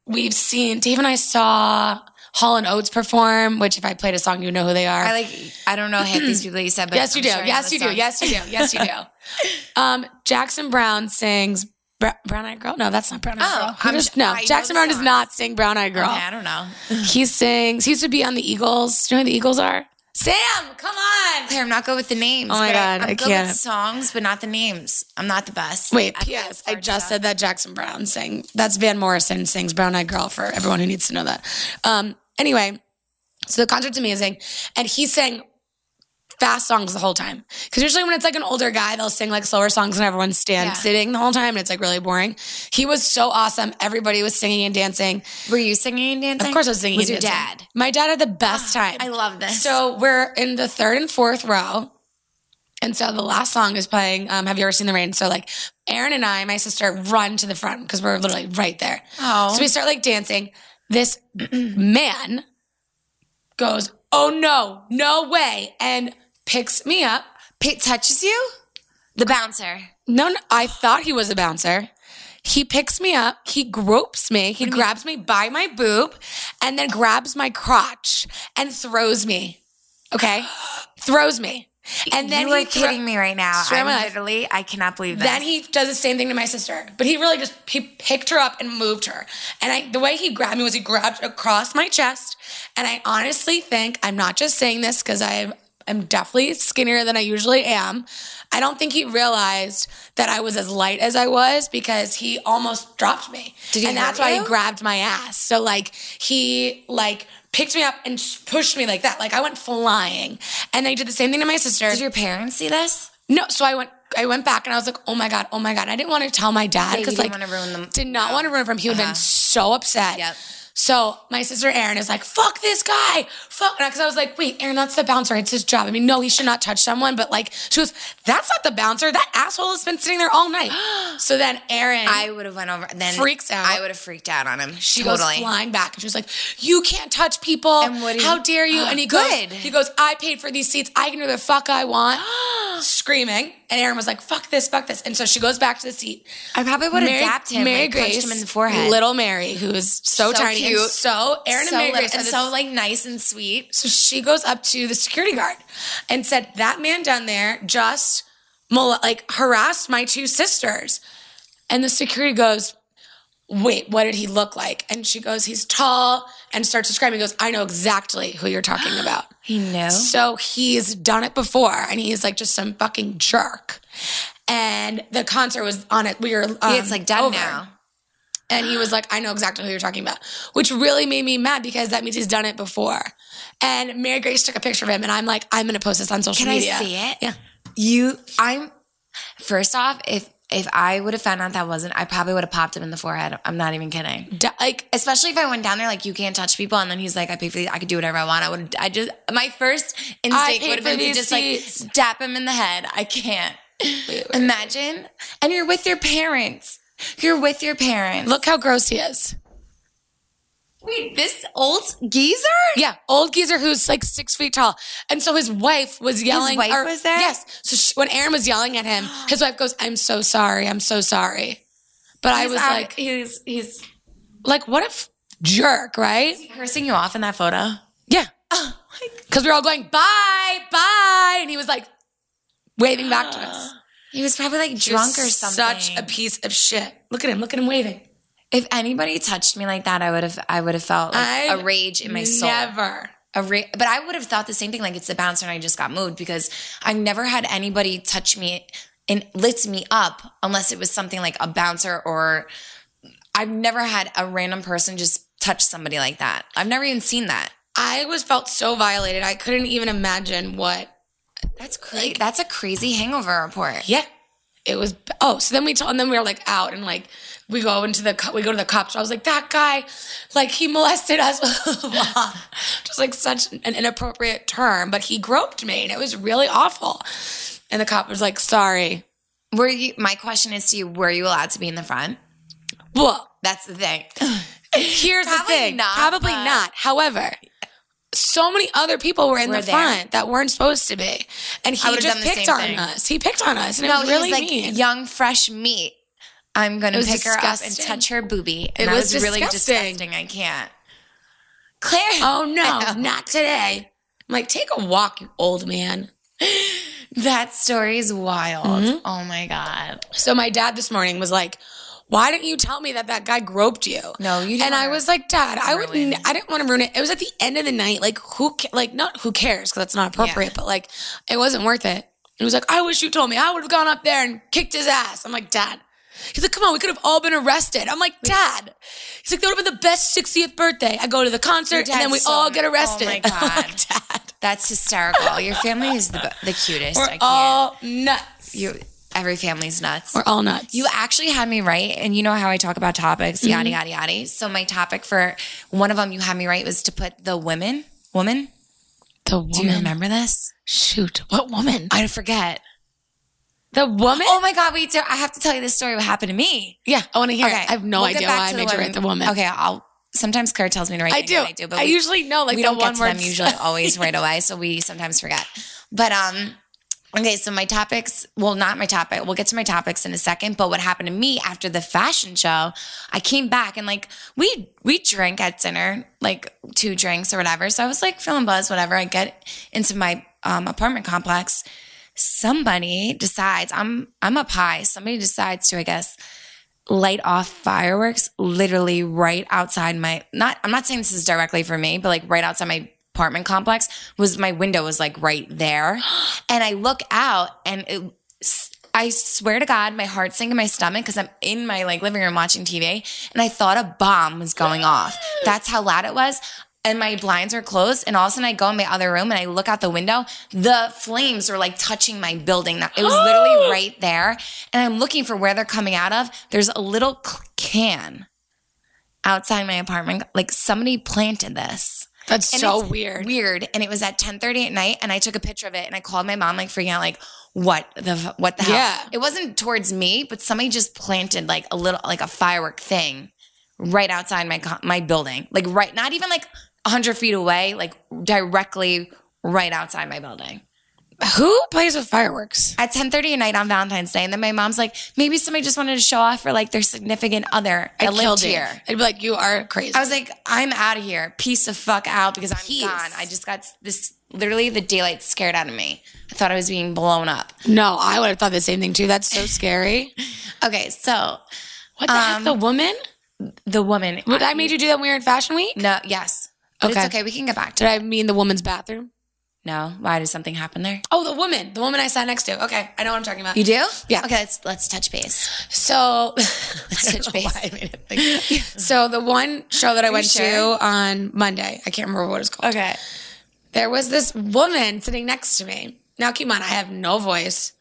A: we've seen Dave and I saw. Hall and Oates perform, which if I played a song, you know who they are.
B: I like. I don't know half these people that you said, but
A: Yes, you
B: I'm
A: do.
B: sure I know
A: Yes,
B: the
A: you do.
B: song.
A: Yes, you do. Yes, you do. um, Jackson Brown sings Br- Brown Eyed Girl. No, that's not Brown Eyed
B: Oh,
A: Girl. Who
B: I'm
A: does-
B: sh-
A: no,
B: I know
A: Jackson
B: the
A: Brown does
B: song. Oh,
A: not sing Brown Eyed Girl.
B: Okay, I don't know.
A: He sings. He used to be on the Eagles. Do you know who the Eagles are? Sam, come on.
B: Claire, I'm not good with the names.
A: Oh my
B: but
A: God,
B: I, I'm
A: I
B: good
A: can't.
B: With songs, but not the names. I'm not the best.
A: Wait,
B: I-
A: P.S. I
B: hard
A: just
B: stuff.
A: said that Jackson Brown sang. That's Van Morrison sings Brown Eyed Girl for everyone who needs to know that. Um, anyway, so the concert's amazing, and he sang fast songs the whole time. Because usually when it's like an older guy, they'll sing like slower songs and everyone stands
B: Yeah.
A: sitting the whole time, and it's like really boring. He was so awesome. Everybody was singing and dancing.
B: Were you singing and dancing?
A: Of course, I was singing.
B: Was
A: and
B: your
A: dancing.
B: dad? Ah,
A: My dad had the best time.
B: I love this.
A: So we're in the third and fourth row. And so the last song is playing, um, Have You Ever Seen the Rain? So like Aaron and I, my sister, run to the front because we're literally right there.
B: Oh.
A: So we start like dancing. This man goes oh no, no way, and picks me up.
B: Pete touches you? The bouncer.
A: No, no, I thought he was a bouncer. He picks me up, he gropes me, he grabs me by my boob, and then grabs my crotch and throws me. Okay? throws me. And then
B: you are
A: he thro-
B: kidding me right now.
A: Swear on my
B: I'm
A: life.
B: literally, I cannot believe this.
A: Then he does the same thing to my sister, but he really just he picked her up and moved her. And I, the way he grabbed me was he grabbed across my chest, and I honestly think I'm not just saying this because I am definitely skinnier than I usually am. I don't think he realized that I was as light as I was because he almost dropped me,
B: Did he
A: and that's
B: hurt
A: why
B: you?
A: he grabbed my ass. So like he like picked me up and s- pushed me like that, like I went flying. And they did the same thing to my sister.
B: Did your parents see this?
A: No, so I went. I went back and I was like, "Oh my god, oh my god!" I didn't want to tell my dad
B: Yeah, you
A: because
B: didn't
A: like
B: wanna ruin them-
A: did not want to ruin it for him. He would have
B: Uh-huh.
A: been so upset.
B: Yep.
A: So my sister Erin is like, "Fuck this guy, fuck!" Because I was like, "Wait, Erin, that's the bouncer. It's his job. I mean, no, he should not touch someone." But like, she goes, "That's not the bouncer. That asshole has been sitting there all night." so then Erin,
B: I would have went over. Then
A: Freaks out.
B: I would have freaked out on him.
A: she
B: totally.
A: goes flying back and she was like, You can't touch people.
B: And what do you- Ah,
A: How dare you? And he goes,
B: Good.
A: He goes, I paid for these seats. I can do the fuck I want. Screaming. And Aaron was like, Fuck this, fuck this. And so she goes back to the seat.
B: I probably would have dapped him.
A: Mary
B: like, punched him in the
A: Grace,
B: forehead.
A: Little Mary, who is so,
B: So
A: tiny. and
B: cute.
A: so Aaron
B: so
A: and Mary
B: little,
A: Grace.
B: and
A: had this-
B: so like nice and sweet.
A: so she goes up to the security guard and said, That man down there just mol- like harassed my two sisters. And the security goes, Wait, what did he look like? And she goes, He's tall and starts describing. He goes, I know exactly who you're talking about.
B: He knew.
A: So he's done it before and he's like just some fucking jerk. And the concert was on it. We were um,
B: it's like done
A: over.
B: now.
A: And he was like, I know exactly who you're talking about, which really made me mad because that means he's done it before. And Mary Grace took a picture of him, and I'm like, I'm gonna post this on social
B: Can I
A: media.
B: see it?
A: Yeah.
B: You. I'm. First off, if if I would have found out that wasn't, I probably would have popped him in the forehead. I'm not even kidding.
A: D- like,
B: especially if I went down there like you can't touch people, and then he's like, I pay for these, I could do whatever I want. I would, I just my first instinct
A: paid
B: would have
A: for
B: been to
A: these
B: just
A: seats.
B: like dap him in the head. I can't
A: wait, wait.
B: imagine. And you're with your parents. You're with your parents.
A: look how gross he is.
B: wait, this old geezer.
A: Yeah, old geezer who's like six feet tall, and so his wife was yelling.
B: wife was there?
A: Yes. So she, when Aaron was yelling at him, his wife goes, "I'm so sorry. I'm so sorry." But I
B: He's
A: was
B: out-
A: like,
B: he's he's
A: like, what if jerk, right?
B: cursing you off in that photo.
A: Yeah.
B: Oh
A: Because we were all going, bye, bye. And he was like waving back to us.
B: He was probably like drunk or something.
A: Such a piece of shit. Look at him. Look at him waving.
B: if anybody touched me like that, I would have I would have felt like
A: I've
B: a rage in my soul.
A: Never.
B: a ra- but I would have thought the same thing. Like it's the bouncer, and I just got moved because I've never had anybody touch me and lift me up unless it was something like a bouncer or I've never had a random person just touch somebody like that. I've never even seen that.
A: I was felt so violated. I couldn't even imagine what.
B: That's crazy. That's a crazy hangover report.
A: Yeah. It was oh so then we told and then we were like out and like we go into the co- we go to the cops I was like that guy like he molested us just like such an inappropriate term but he groped me and it was really awful and the cop was like sorry
B: Were you? My question is to you: Were you allowed to be in the front?
A: well
B: That's the thing.
A: Here's
B: Probably
A: the thing.
B: not,
A: Probably
B: but-
A: not. However, so many other people were in
B: Were
A: the
B: there.
A: front that weren't supposed to be, and he
B: would've
A: just
B: done the
A: picked
B: same
A: on
B: thing.
A: us. He picked on us, and it
B: No,
A: was
B: he was
A: really
B: like
A: mean.
B: young, fresh meat. I'm gonna
A: It was
B: pick her up and
A: disgusting.
B: touch her boobie. And
A: It
B: that
A: was
B: really
A: disgusting.
B: disgusting. I can't. Claire.
A: Oh no, not today! I'm like, take a walk, you old man.
B: That story is wild.
A: Mm-hmm.
B: Oh my god.
A: So my dad this morning was like, "Why didn't you tell me that that guy groped you?"
B: No, you didn't
A: And I
B: wanna
A: was like, "Dad, I would.
B: ruin
A: N- I didn't want to ruin it. It was at the end of the night. Like who? Ca- like not who cares? Because that's not appropriate. But like, it wasn't worth it. It was like, I wish you told me. I would have gone up there and kicked his ass. I'm like, Dad. He's like, come on, we could have all been arrested. I'm like, Dad. He's like, that would have been the best 60th birthday. I go to the concert and then
B: dad's
A: we
B: so-
A: all get
B: oh my
A: arrested. I'm
B: God.
A: like, Dad.
B: That's hysterical. Your family is the, the cutest. I
A: We're
B: can't.
A: all nuts.
B: you, every family's nuts.
A: We're all nuts.
B: You actually had me right, and you know how I talk about topics, yada
A: Mm-hmm.
B: yada yada. So my topic for one of them you had me right was to put the women, woman.
A: the
B: Do you
A: woman.
B: remember this?
A: Shoot, what woman?
B: I forget.
A: The woman?
B: Oh my god, wait! So I have to tell you this story. What happened to me?
A: Yeah, I want to hear
B: Okay,
A: it. I have no
B: we'll get
A: idea
B: back
A: why I
B: to
A: made you
B: women.
A: write the woman.
B: Okay, I'll sometimes Claire tells me to write.
A: I
B: things
A: do.
B: and I
A: I,
B: do, but we,
A: usually know like
B: we
A: the
B: don't
A: one
B: get to
A: word
B: them usually always right away, so we sometimes forget. But um, okay, so my topics. Well, not my topic. We'll get to my topics in a second. But what happened to me after the fashion show? I came back and like we we drank at dinner, like two drinks or whatever. So I was like feeling buzzed, whatever. I get into my um, apartment complex. Somebody decides I'm I'm up high. Somebody decides to, I guess, light off fireworks literally right outside my not I'm not saying this is directly for me, but like right outside my apartment complex was my window was like right there. And I look out and it I swear to God, my heart sank in my stomach because I'm in my like living room watching TV and I thought a bomb was going off. That's how loud it was. And my blinds were closed. And all of a sudden I go in my other room and I look out the window. The flames were like touching my building. It was literally right there. And I'm looking for where they're coming out of. There's a little c- can outside my apartment. Like somebody planted this
A: That's
B: And
A: so
B: it's
A: weird.
B: weird and it was at 10:30 at night and I took a picture of it and I called my mom like freaking out like what the f- what the hell
A: Yeah.
B: it wasn't towards me but somebody just planted like a little like a firework thing right outside my co- my building like right not even like 100 feet away like directly right outside my building
A: Who plays with fireworks?
B: at 10:30 at night on Valentine's Day and then my mom's like maybe somebody just wanted to show off for like their significant other I, lived
A: killed
B: here
A: Dave. I'd be like, you are crazy.
B: I was like, I'm out of here. Peace the fuck out because I'm Peace. gone. I just got s- this literally the daylight scared out of me. I thought I was being blown up.
A: no, I would have thought the same thing too. That's so scary.
B: Okay, so
A: What the
B: Um, mm.
A: heck? The woman?
B: the woman.
A: What, I made you do that when we were in Fashion Week?
B: No, yes. But
A: Okay.
B: It's okay. We can get back to
A: Did
B: it.
A: I mean the woman's bathroom?
B: No. Why did something happen there?
A: Oh, the woman. The woman I sat next to. Okay, I know what I'm talking about.
B: You do?
A: Yeah.
B: Okay, let's let's touch base.
A: So
B: Let's touch base.
A: So the one show that I went
B: sure?
A: to on Monday, I can't remember what it's called.
B: Okay.
A: There was this woman sitting next to me. Now keep in mind, I have no voice.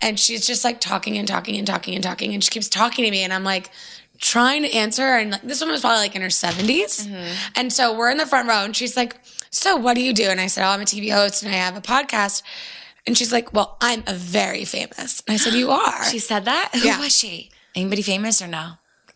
A: And she's just like talking and talking and talking and talking. And she keeps talking to me. And I'm like trying to answer her. And like, this woman was probably like in her 70s. And so we're in the front row. And she's like, So what do you do? And I said, Oh, I'm a TV host and I have a podcast. And she's like, Well, I'm a very famous. And I said, You are.
B: She said that? Who
A: Yeah.
B: was she? Anybody famous or no?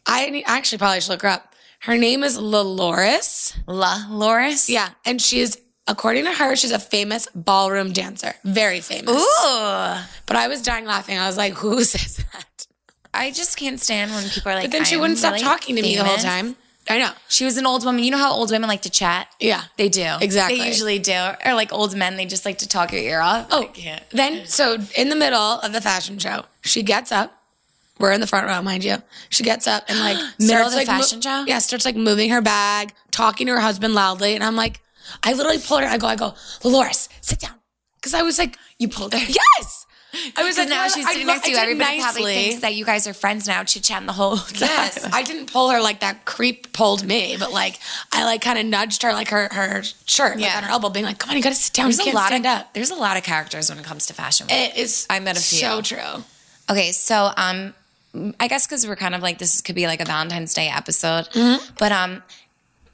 A: I need- actually probably should look her up. Her name is Laloris.
B: La Loris?
A: Yeah. And she's, according to her, she's a famous ballroom dancer. Very famous.
B: Ooh.
A: But I was dying laughing. I was like, who says that?
B: I just can't stand when people are like
A: But then she
B: "I'm
A: wouldn't stop
B: really
A: talking to me the whole
B: famous."
A: time. I know.
B: She was an old woman. You know how old women like to chat?
A: Yeah.
B: They do.
A: Exactly.
B: They usually do. Or like old men, they just like to talk your ear off.
A: Oh, then, so in the middle of the fashion show, she gets up. We're in the front row, mind you. She gets up and like
B: Middle of
A: starts,
B: the
A: like,
B: fashion show?
A: Yeah, starts like moving her bag, talking to her husband loudly, and I'm like, I literally pulled her. I go, I go, Dolores, sit down, because I was like,
B: You pulled her.
A: yes. I was like,
B: Because now
A: well,
B: she's
A: I
B: sitting
A: lo-
B: next
A: I
B: to you.
A: did it
B: Everybody probably
A: nicely.
B: thinks that you guys are friends now, chit chatting the whole time.
A: Yes, I didn't pull her like that. Creep pulled me, but like I like kind of nudged her, like her her shirt, like
B: Yeah.
A: on her elbow, being like, "Come on, you gotta sit down.
B: There's
A: you
B: a
A: can't
B: lot
A: stand
B: of
A: up."
B: there's a lot of characters when it comes to fashion.
A: It is.
B: I met a few.
A: So true.
B: Okay, so um, I guess because we're kind of like this could be like a Valentine's Day episode, but um,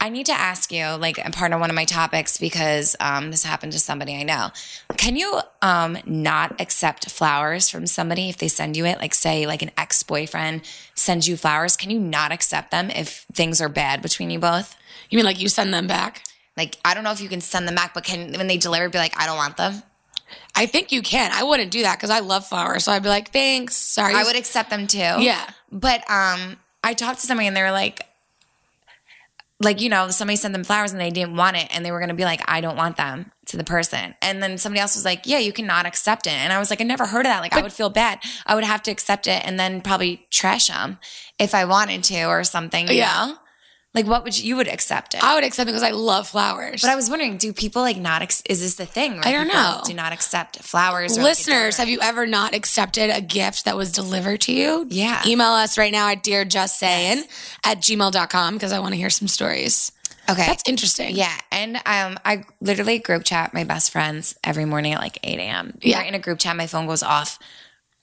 B: I need to ask you like a part of one of my topics because um, this happened to somebody I know. Can you um not accept flowers from somebody if they send you it? Like say like an ex boyfriend sends you flowers, can you not accept them if things are bad between you both?
A: You mean like you send them back?
B: Like I don't know if you can send them back, but can when they deliver, be like I don't want them.
A: I think you can. I wouldn't do that because I love flowers, so I'd be like, "Thanks, sorry."
B: I would accept them too.
A: Yeah.
B: But um I talked to somebody and they were like like you know, somebody sent them flowers and they didn't want it and they were going to be like I don't want them to the person. And then somebody else was like, "Yeah, you cannot accept it." And I was like, "I never heard of that. Like I would feel bad. I would have to accept it and then probably trash them if I wanted to or something, you
A: Yeah.
B: know? Like what would you, you would accept it?
A: I would accept it because I love flowers.
B: but I was wondering, do people like not? Ex- is this the thing? where
A: I don't
B: people
A: know.
B: Do not accept flowers. Or
A: Listeners, have you ever not accepted a gift that was delivered to you?
B: Yeah.
A: Email us right now at dearjustsayin at gmail.com because I want to hear some stories.
B: you? Okay,
A: That's interesting.
B: Yeah, and um, I literally group chat my best friends every morning at like eight a.m.
A: Yeah.
B: We're in a group chat. My phone goes off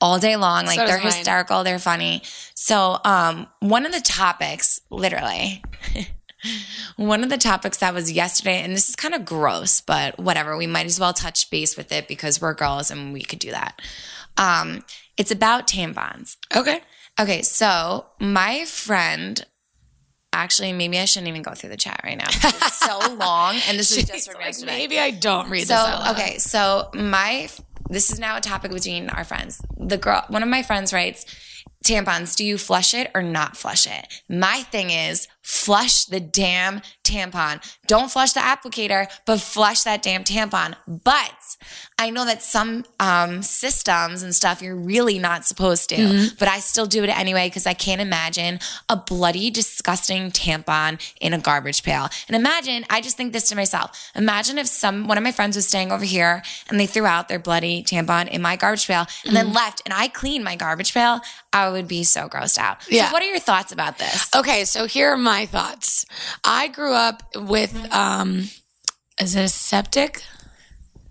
B: all day long. Like
A: So does
B: they're
A: mine.
B: hysterical. They're funny. So um, one of the topics, literally, one of the topics that was yesterday, and this is kind of gross, but whatever. We might as well touch base with it because we're girls and we could do that. Um, it's about tampons.
A: Okay.
B: Okay, so my friend
C: Actually, maybe I shouldn't even go through the chat right now. 'cause It's so long, and this is just
A: She's
C: from
A: like,
C: yesterday.
A: maybe I don't read this. out
B: So
A: loud."
B: okay, so my this is now a topic between our friends. The girl, one of my friends writes, tampons. Do you flush it or not flush it? My thing is flush the damn tampon. Don't flush the applicator, but flush that damn tampon. But I know that some um, systems and stuff you're really not supposed to,
A: Mm-hmm.
B: but I still do it anyway because I can't imagine a bloody, disgusting tampon in a garbage pail. And imagine, I just think this to myself. Imagine if some one of my friends was staying over here and they threw out their bloody tampon in my garbage pail and then
A: Mm-hmm.
B: left, and I cleaned my garbage pail. I would be so grossed out. So
A: Yeah. Oh,
B: what are your thoughts about this?
A: Okay, so here are my thoughts. I grew up with um is it a septic?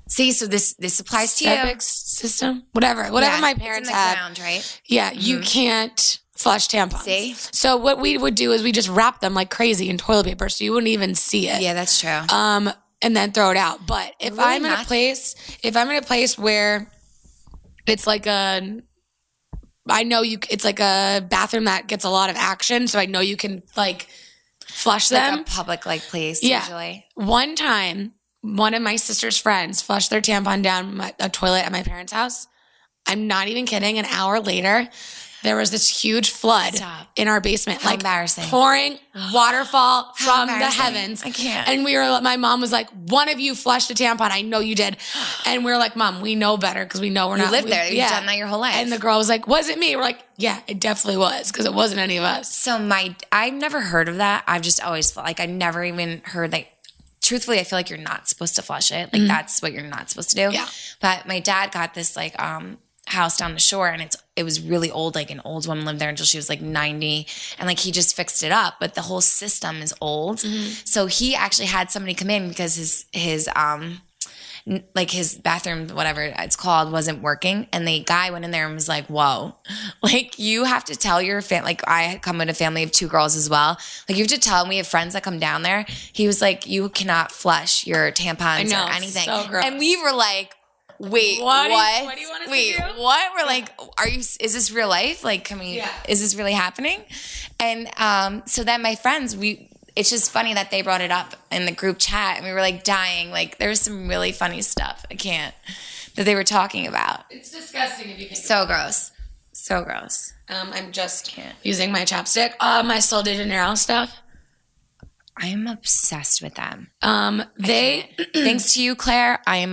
B: See, so this this applies to you.
A: Septic system? Whatever. Whatever
B: Yeah,
A: my
B: it's in
A: parents
B: the
A: had.
B: ground, right?
A: Yeah, you can't flush tampons.
B: See?
A: So what we would do is we just wrap them like crazy in toilet paper so you wouldn't even see it.
B: Yeah, that's true.
A: Um and then throw it out. But if
B: Really
A: I'm in a
B: not-
A: place if I'm in a place where it's like a I know you it's like a bathroom that gets a lot of action, so I know you can like flush them.
B: like a public like place
A: Yeah.
B: usually.
A: One time, one of my sister's friends flushed their tampon down my, a toilet at my parents' house. I'm not even kidding. An hour later, there was this huge flood
B: Stop.
A: in our basement,
B: How
A: like
B: embarrassing.
A: pouring waterfall
B: How
A: from the
B: embarrassing.
A: heavens.
C: I can't.
A: And we were, my mom was like, "One of you flushed a tampon. I know you did." And we were like, "Mom, we know better because we know we're
B: You
A: not
B: live
A: we-
B: there. You've done that your whole life.
A: And the girl was like, "Was it me?" We're like, "Yeah, it definitely was because it wasn't any of us."
B: So my, I've never heard of that. I've just always felt like I never even heard like. Truthfully, I feel like you're not supposed to flush it. Like that's what you're not supposed to do.
A: Yeah.
B: But my dad got this like um house down the shore, and it's it was really old. Like an old woman lived there until she was like 90, and like he just fixed it up. But the whole system is old, so he actually had somebody come in because his his um n- like his bathroom, whatever it's called, wasn't working. And the guy went in there and was like, whoa, like you have to tell your fam. Like I come in a family of two girls as well. Like you have to tell them. We have friends that come down there. He was like, you cannot flush your tampons
A: know,
B: or anything.
A: so gross.
B: And we were like, wait,
A: What
B: what?
A: do you- what do you want us to
B: wait,
A: do?
B: what? We're like, are you? Is this real life? Like, can we?
A: Yeah.
B: Is this really happening? And um, so then my friends, we. It's just funny that they brought it up in the group chat, and we were like dying. Like, there was some really funny stuff. I can't that they were talking about.
A: It's disgusting if you think
B: So gross. So gross.
A: Um, I'm just using my chapstick. Um, my Sol de Janeiro stuff.
B: I'm obsessed with them.
A: Um, they
B: Thanks to you, Claire. I am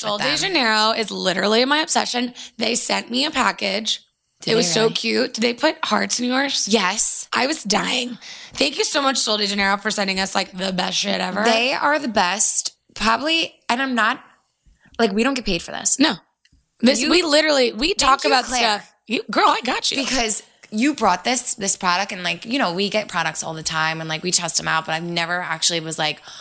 A: Sol
B: with
A: de
B: them.
A: Janeiro is literally my obsession. They sent me a package.
B: Did
A: it
B: they
A: was so
B: really?
A: cute. Did they put hearts in yours?
B: Yes,
A: I was dying. Thank you so much, Sol de Janeiro, for sending us like the best shit ever.
B: they are the best. Probably, and I'm not like we don't get paid for this
A: no, this
B: You-
A: we literally we talk
B: you,
A: about
B: Claire.
A: stuff. You, girl, I got you.
B: because you brought this this product and like you know we get products all the time and like we test them out, but I've never actually was like.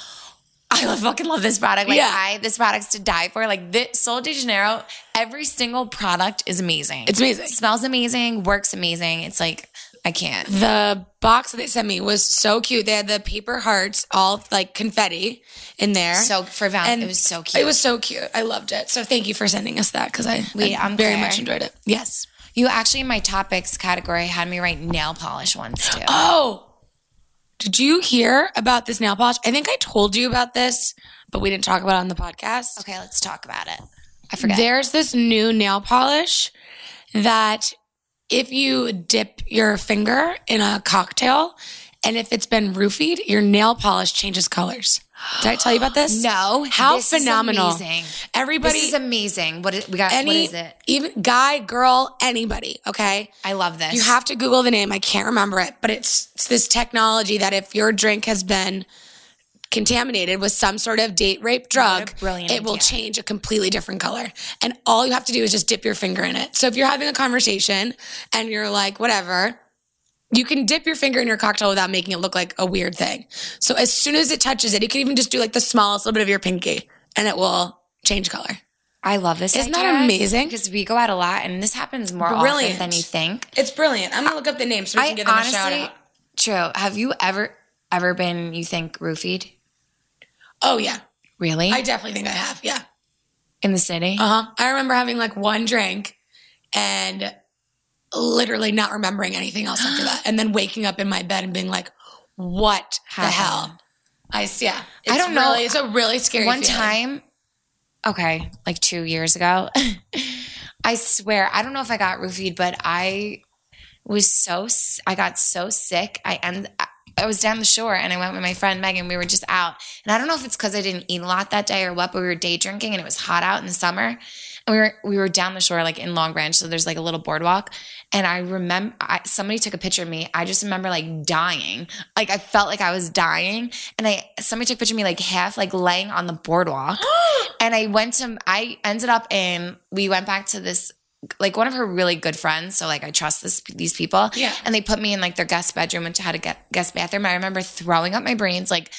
B: I love, fucking love this product. Like
A: Yeah.
B: I, this product's to die for. Like this Sol de Janeiro, every single product is amazing.
A: It's amazing.
B: smells amazing, works amazing. It's like I can't.
A: the box that they sent me was so cute. They had the paper hearts, all like confetti in there.
B: So for Valentine, it was so cute.
A: It was so cute. I loved it. So thank you for sending us that because I,
B: Wait,
A: I
B: I'm
A: very
B: Claire.
A: much enjoyed it. Yes.
B: You actually in my topics category had me write nail polish ones too.
A: Oh, did you hear about this nail polish? I think I told you about this, but we didn't talk about it on the podcast.
B: okay, let's talk about it. I forget.
A: There's this new nail polish that if you dip your finger in a cocktail and if it's been roofied, your nail polish changes colors. Did I tell you about this?
B: no,
A: How
B: this is
A: phenomenal.
B: amazing.
A: Everybody
B: This is amazing. What is, we got?
A: any
B: what is it?
A: even guy, girl, anybody, okay?
B: I love this.
A: You have to Google the name. I can't remember it, but it's, it's this technology that if your drink has been contaminated with some sort of date rape drug,
B: brilliant
A: it will
B: idea.
A: change a completely different color. And all you have to do is just dip your finger in it. So if you're having a conversation and you're like, whatever, you can dip your finger in your cocktail without making it look like a weird thing. So as soon as it touches it, you can even just do like the smallest little bit of your pinky and it will change color.
B: I love this.
A: Isn't that
B: idea
A: amazing?
B: Because we go out a lot, and this happens more
A: Brilliant.
B: often than you think.
A: It's brilliant. I'm gonna look up the name so we
B: I
A: can give them a shout
B: honestly,
A: out.
B: true. Have you ever ever been? You think roofied?
A: Oh yeah,
B: Really?
A: I definitely think I have. Yeah.
B: in the city?
A: Uh huh. I remember having like one drink and literally not remembering anything else after that, and then waking up in my bed and being like, what the
B: Happened.
A: hell? I s- yeah. It's
B: don't know.
A: really- It's a really scary
B: One
A: feeling.
B: time, okay, like two years ago, I swear, I don't know if I got roofied, but I was so, s- I got so sick. I end, I- I was down the shore and I went with my friend Megan. We were just out. And I don't know if it's because I didn't eat a lot that day or what, but we were day drinking and it was hot out in the summer. And we were, we were down the shore, like in Long Branch. So there's like a little boardwalk. And I remember I, somebody took a picture of me. I just remember like dying. Like I felt like I was dying. And I, somebody took a picture of me like half, like laying on the boardwalk. and I went to, I ended up in, we went back to this, like one of her really good friends. So like I trust this, these people
A: Yeah.
B: and they put me in like their guest bedroom and had a gu- guest bathroom. I remember throwing up my brains like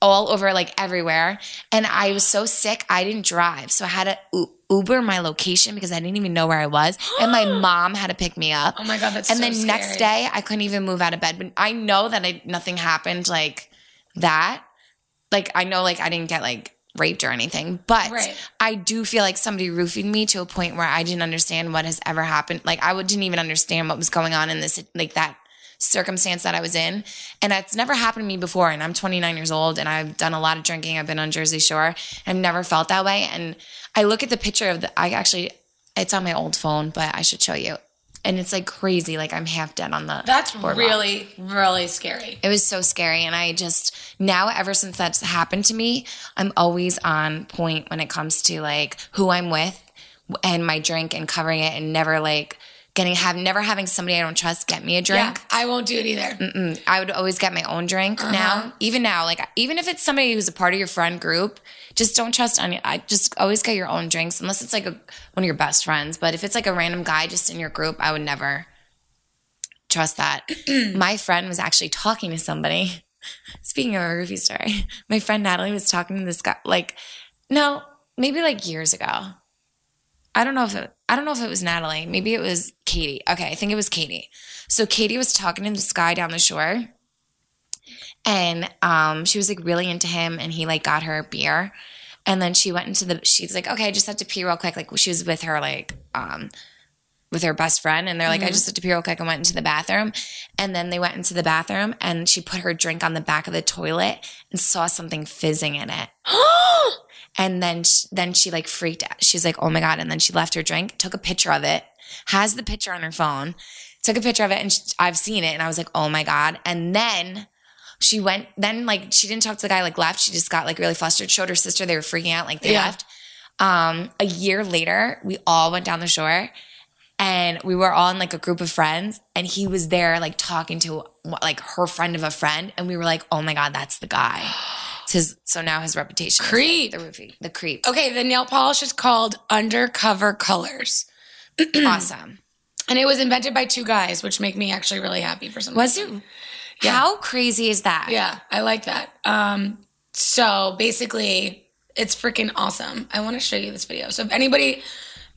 B: all over like everywhere, and I was so sick I didn't drive, so I had to U- Uber my location because I didn't even know where I was, and my mom had to pick me up.
A: Oh my god, that's
B: and
A: so
B: then next
A: scary.
B: day I couldn't even move out of bed. But I know that I, nothing happened like that. Like I know like I didn't get like raped or anything, but
A: Right.
B: I do feel like somebody roofied me to a point where I didn't understand what has ever happened. Like I would- didn't even understand what was going on in this like that circumstance that I was in. And that's never happened to me before. And I'm 29 years old and I've done a lot of drinking. I've been on Jersey Shore. I've never felt that way. And I look at the picture of the I actually it's on my old phone, but I should show you. And it's like crazy. Like I'm half dead on the
A: That's
B: boardwalk.
A: really, really scary.
B: It was so scary. And I just, now, ever since that's happened to me, I'm always on point when it comes to like who I'm with and my drink and covering it and never like getting, have never having somebody I don't trust get me a
A: Yeah,
B: drink.
A: I won't do it either.
B: Mm, I would always get my own drink now, even now, like even if it's somebody who's a part of your friend group, just don't trust any. I just always get your own drinks unless it's like a, one of your best friends. But if it's like a random guy just in your group, I would never trust that. my friend was actually talking to somebody. Speaking of a roofie story, my friend Natalie was talking to this guy. Like, no, maybe like years ago. I don't know if it, I don't know if it was Natalie. Maybe it was Katie. Okay, I think it was Katie. So Katie was talking to this guy down the shore, and um, she was like really into him, and he like got her a beer, and then she went into the. She's like, okay, I just have to pee real quick. Like she was with her like um, with her best friend, and they're like, I just have to pee real quick, and went into the bathroom, and then they went into the bathroom, and she put her drink on the back of the toilet and saw something fizzing in it and then sh then she like freaked out. She's like, "Oh my god!" And then she left her drink, took a picture of it, has the picture on her phone, took a picture of it, and sh I've seen it, and I was like, "Oh my god!" And then she went. Then like she didn't talk to the guy. Like left. She just got like really flustered. Showed her sister. They were freaking out. Like they
A: Yeah.
B: left. Um, a year later, we all went down the shore. And we were all in like a group of friends, and he was there like talking to like her friend of a friend, and we were like, "Oh my god, that's the guy." It's his- so now his reputation is, like,
A: Creep.
B: the roofie, the creep.
A: Okay, the nail polish is called Undercover Colors,
B: awesome.
A: and it was invented by two guys, which make me actually really happy for some.
B: Was
A: reason.
B: it? How crazy is that?
A: Yeah, I like that. Um, so basically, it's freaking awesome. I want to show you this video. So if anybody,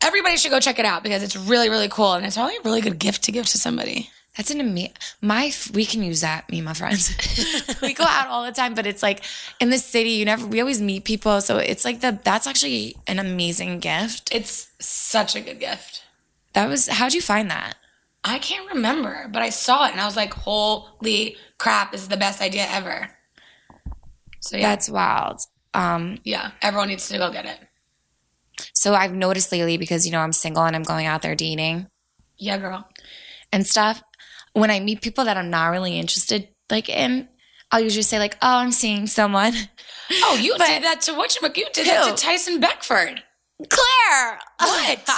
A: everybody should go check it out because it's really, really cool, and it's probably a really good gift to give to somebody.
B: That's an amazing. My f- we can use that. Me and my friends, we go out all the time, but it's like in the city, you never. We always meet people, so it's like the. That's actually an amazing gift.
A: It's such a good gift.
B: That was. How'd you find that?
A: I can't remember, but I saw it and I was like, "Holy crap! This is the best idea ever." So yeah,
B: That's wild. Um,
A: yeah, everyone needs to go get it.
B: so I've noticed lately because you know I'm single and I'm going out there dating.
A: Yeah, girl.
B: and stuff, when I meet people that I'm not really interested like in, I'll usually say like, "Oh, I'm seeing someone."
A: Oh, you did that to what? You did
B: Who?
A: that to Tyson Beckford.
B: Claire,
A: What?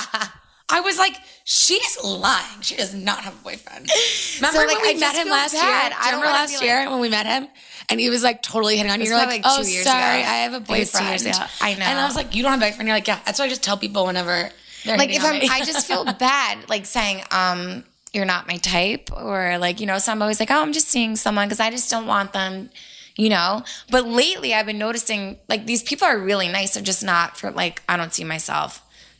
A: I was like, she's lying. She does not have a boyfriend. Remember
B: like,
A: when we
B: I
A: met
B: just
A: him
B: feel
A: last
B: bad.
A: year?
B: I
A: I
B: don't
A: remember
B: wanna
A: last
B: be
A: year when we met him, and he was like totally hitting on you.
B: It
A: You're
B: was
A: like,
B: probably
A: oh,
B: two years
A: sorry,
B: ago.
A: I have a
B: It was two
A: boyfriend.
B: years ago. I know.
A: And I was like, you don't have a boyfriend. You're like, yeah. That's what I just tell people whenever they're
B: like
A: hitting
B: if
A: on
B: I'm,
A: me.
B: I just feel bad like saying, um, "You're not my type," or like you know, so I'm always like, "Oh, I'm just seeing someone because I just don't want them." You know, but lately I've been noticing like these people are really nice. They're just not for like I don't see myself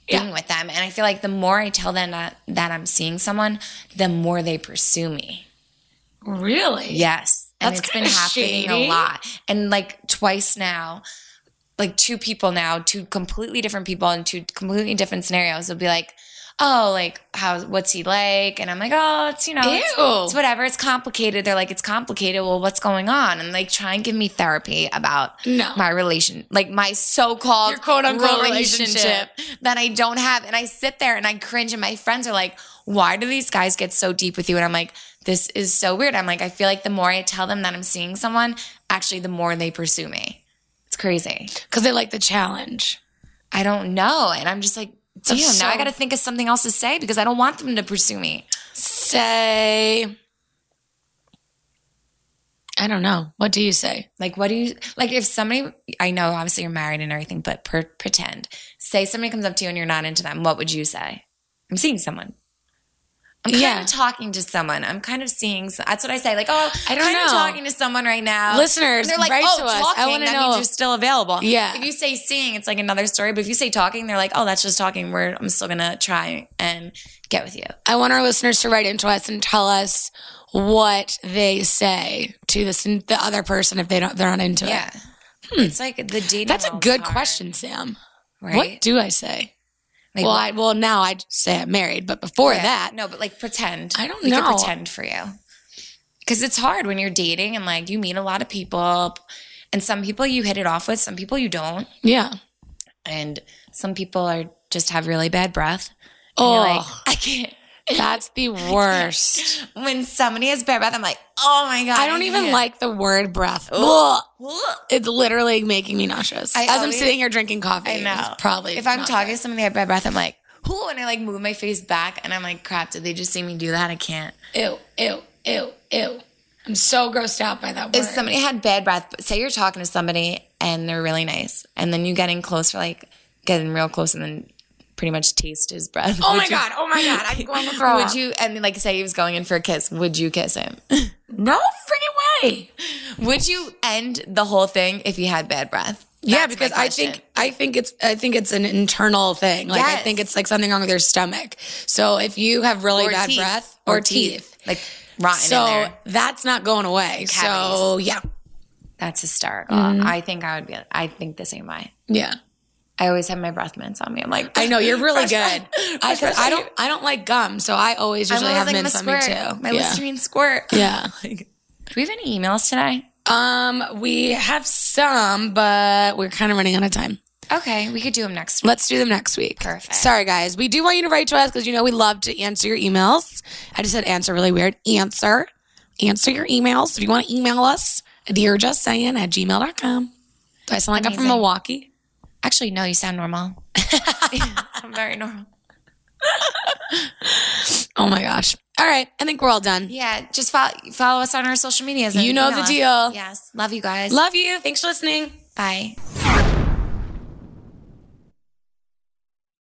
B: being with them, and I feel like the more I tell them that, that I'm seeing someone, the more they pursue me.
A: really?
B: Yes. And
A: That's
B: it's been
A: kinda
B: happening a
A: shady.
B: lot. And like twice now, like two people now, two completely different people in two completely different scenarios will be like, oh, like how what's he like? And I'm like, oh, it's you know, it's,
A: Ew.
B: it's whatever. It's complicated. They're like, it's complicated. Well, what's going on? And like, try and give me therapy about
A: No.
B: my relation, like my so-called
A: Your quote-unquote
B: that I don't have. And I sit there and I cringe. And my friends are like, why do these guys get so deep with you? And I'm like. This is so weird. I'm like, I feel like the more I tell them that I'm seeing someone, actually, the more they pursue me. It's crazy.
A: Because they like the challenge.
B: I don't know. And I'm just like, damn,
A: so-
B: now I got to think of something else to say because I don't want them to pursue me.
A: Say, I don't know. What do you say?
B: Like, what do you, like, if somebody, I know obviously you're married and everything, but per, pretend, say somebody comes up to you and you're not into them, what would you say? I'm seeing someone. I'm kind
A: Yeah.
B: of talking to someone. I'm kind of seeing. s- That's what I say. Like, oh,
A: I don't
B: kind of
A: know.
B: talking to someone right now.
A: Listeners,
B: And they're like,
A: write
B: oh,
A: to us. I
B: talking.
A: wanna
B: that
A: know
B: means
A: if-
B: you're still available.
A: Yeah.
B: If you say seeing, it's like another story. But if you say talking, they're like, oh, that's just talking. We're I'm still gonna try and get with you.
A: I want our listeners to write into us and tell us what they say to this the other person if they don't they're not into it.
B: Yeah. It's like the dating.
A: That's a
B: world's
A: good
B: hard,
A: question, Sam.
B: Right?
A: What do I say?
B: Like,
A: well, I well now I say I'm married, but before
B: yeah.
A: that,
B: No, but like pretend.
A: I don't
B: We could
A: know.
B: pretend for you. Because it's hard when you're dating and like you meet a lot of people, and some people you hit it off with, some people you don't,
A: yeah.
B: and some people are just have really bad breath. And
A: Oh,
B: you're like, I can't.
A: that's the worst.
B: When somebody has bad breath, I'm like, oh my god.
A: I don't even
B: can't."
A: like the word breath. Ugh.
B: Ugh.
A: It's literally making me nauseous.
B: I
A: As I'm
B: always-
A: sitting here drinking coffee,
B: I know.
A: it's probably
B: if I'm
A: not
B: talking to somebody that had bad breath, I'm like, whoo, and I like move my face back, and I'm like, crap, did they just see me do that? I can't.
A: good. ew, ew, ew, ew. I'm so grossed out by that word.
B: If somebody had bad breath, but say you're talking to somebody and they're really nice, and then you get in close for like getting real close, and then pretty much taste his breath.
A: oh
B: would
A: my
B: you-
A: god! Oh my god! I'm going to throw
B: Would
A: up.
B: you and like say he was going in for a kiss? Would you kiss him?
A: No freaking way.
B: would you end the whole thing if he had bad breath?
A: yeah,
B: That's my
A: because I
B: question.
A: think I think it's I think it's an internal thing. Like I
B: Yes.
A: think it's like something wrong with your stomach. So if you have really
B: Or
A: bad
B: teeth.
A: breath
B: or,
A: or, teeth,
B: teeth, like rotten. in
A: so
B: there.
A: that's not going away. So yeah,
B: that's hysterical.
A: Mm-hmm.
B: I think I would be. I think the same way.
A: yeah.
B: I always have my breath mints on me. I'm like,
A: I know you're really
B: Fresh
A: good.
B: breath.
A: I,
B: Fresh
A: 'cause I
B: breath.
A: don't I don't like gum, so I always
B: I'm
A: usually
B: always
A: have
B: like my
A: mints on me
B: squirt,
A: too.
B: my
A: yeah.
B: Listerine squirt.
A: Yeah.
B: Do we have any emails today?
A: Um, we have some, but we're kind of running out of time.
B: Okay, we could do them next. week.
A: Let's do them next week.
B: Perfect.
A: Sorry, guys. We do want you to write to us because you know we love to answer your emails. I just said answer really weird. Answer. Answer your emails. If you want to email us, dear just saying at gmail.com. Do I sound like I'm
B: Amazing.
A: from Milwaukee?
B: Actually, no, you sound normal. I'm very normal.
A: Oh my gosh. All right. I think we're all done.
B: Yeah, just follow, follow us on our social medias. and
A: You know
B: email
A: the
B: us.
A: deal.
B: Yes, love you guys.
A: Love you. Thanks for listening.
B: Bye.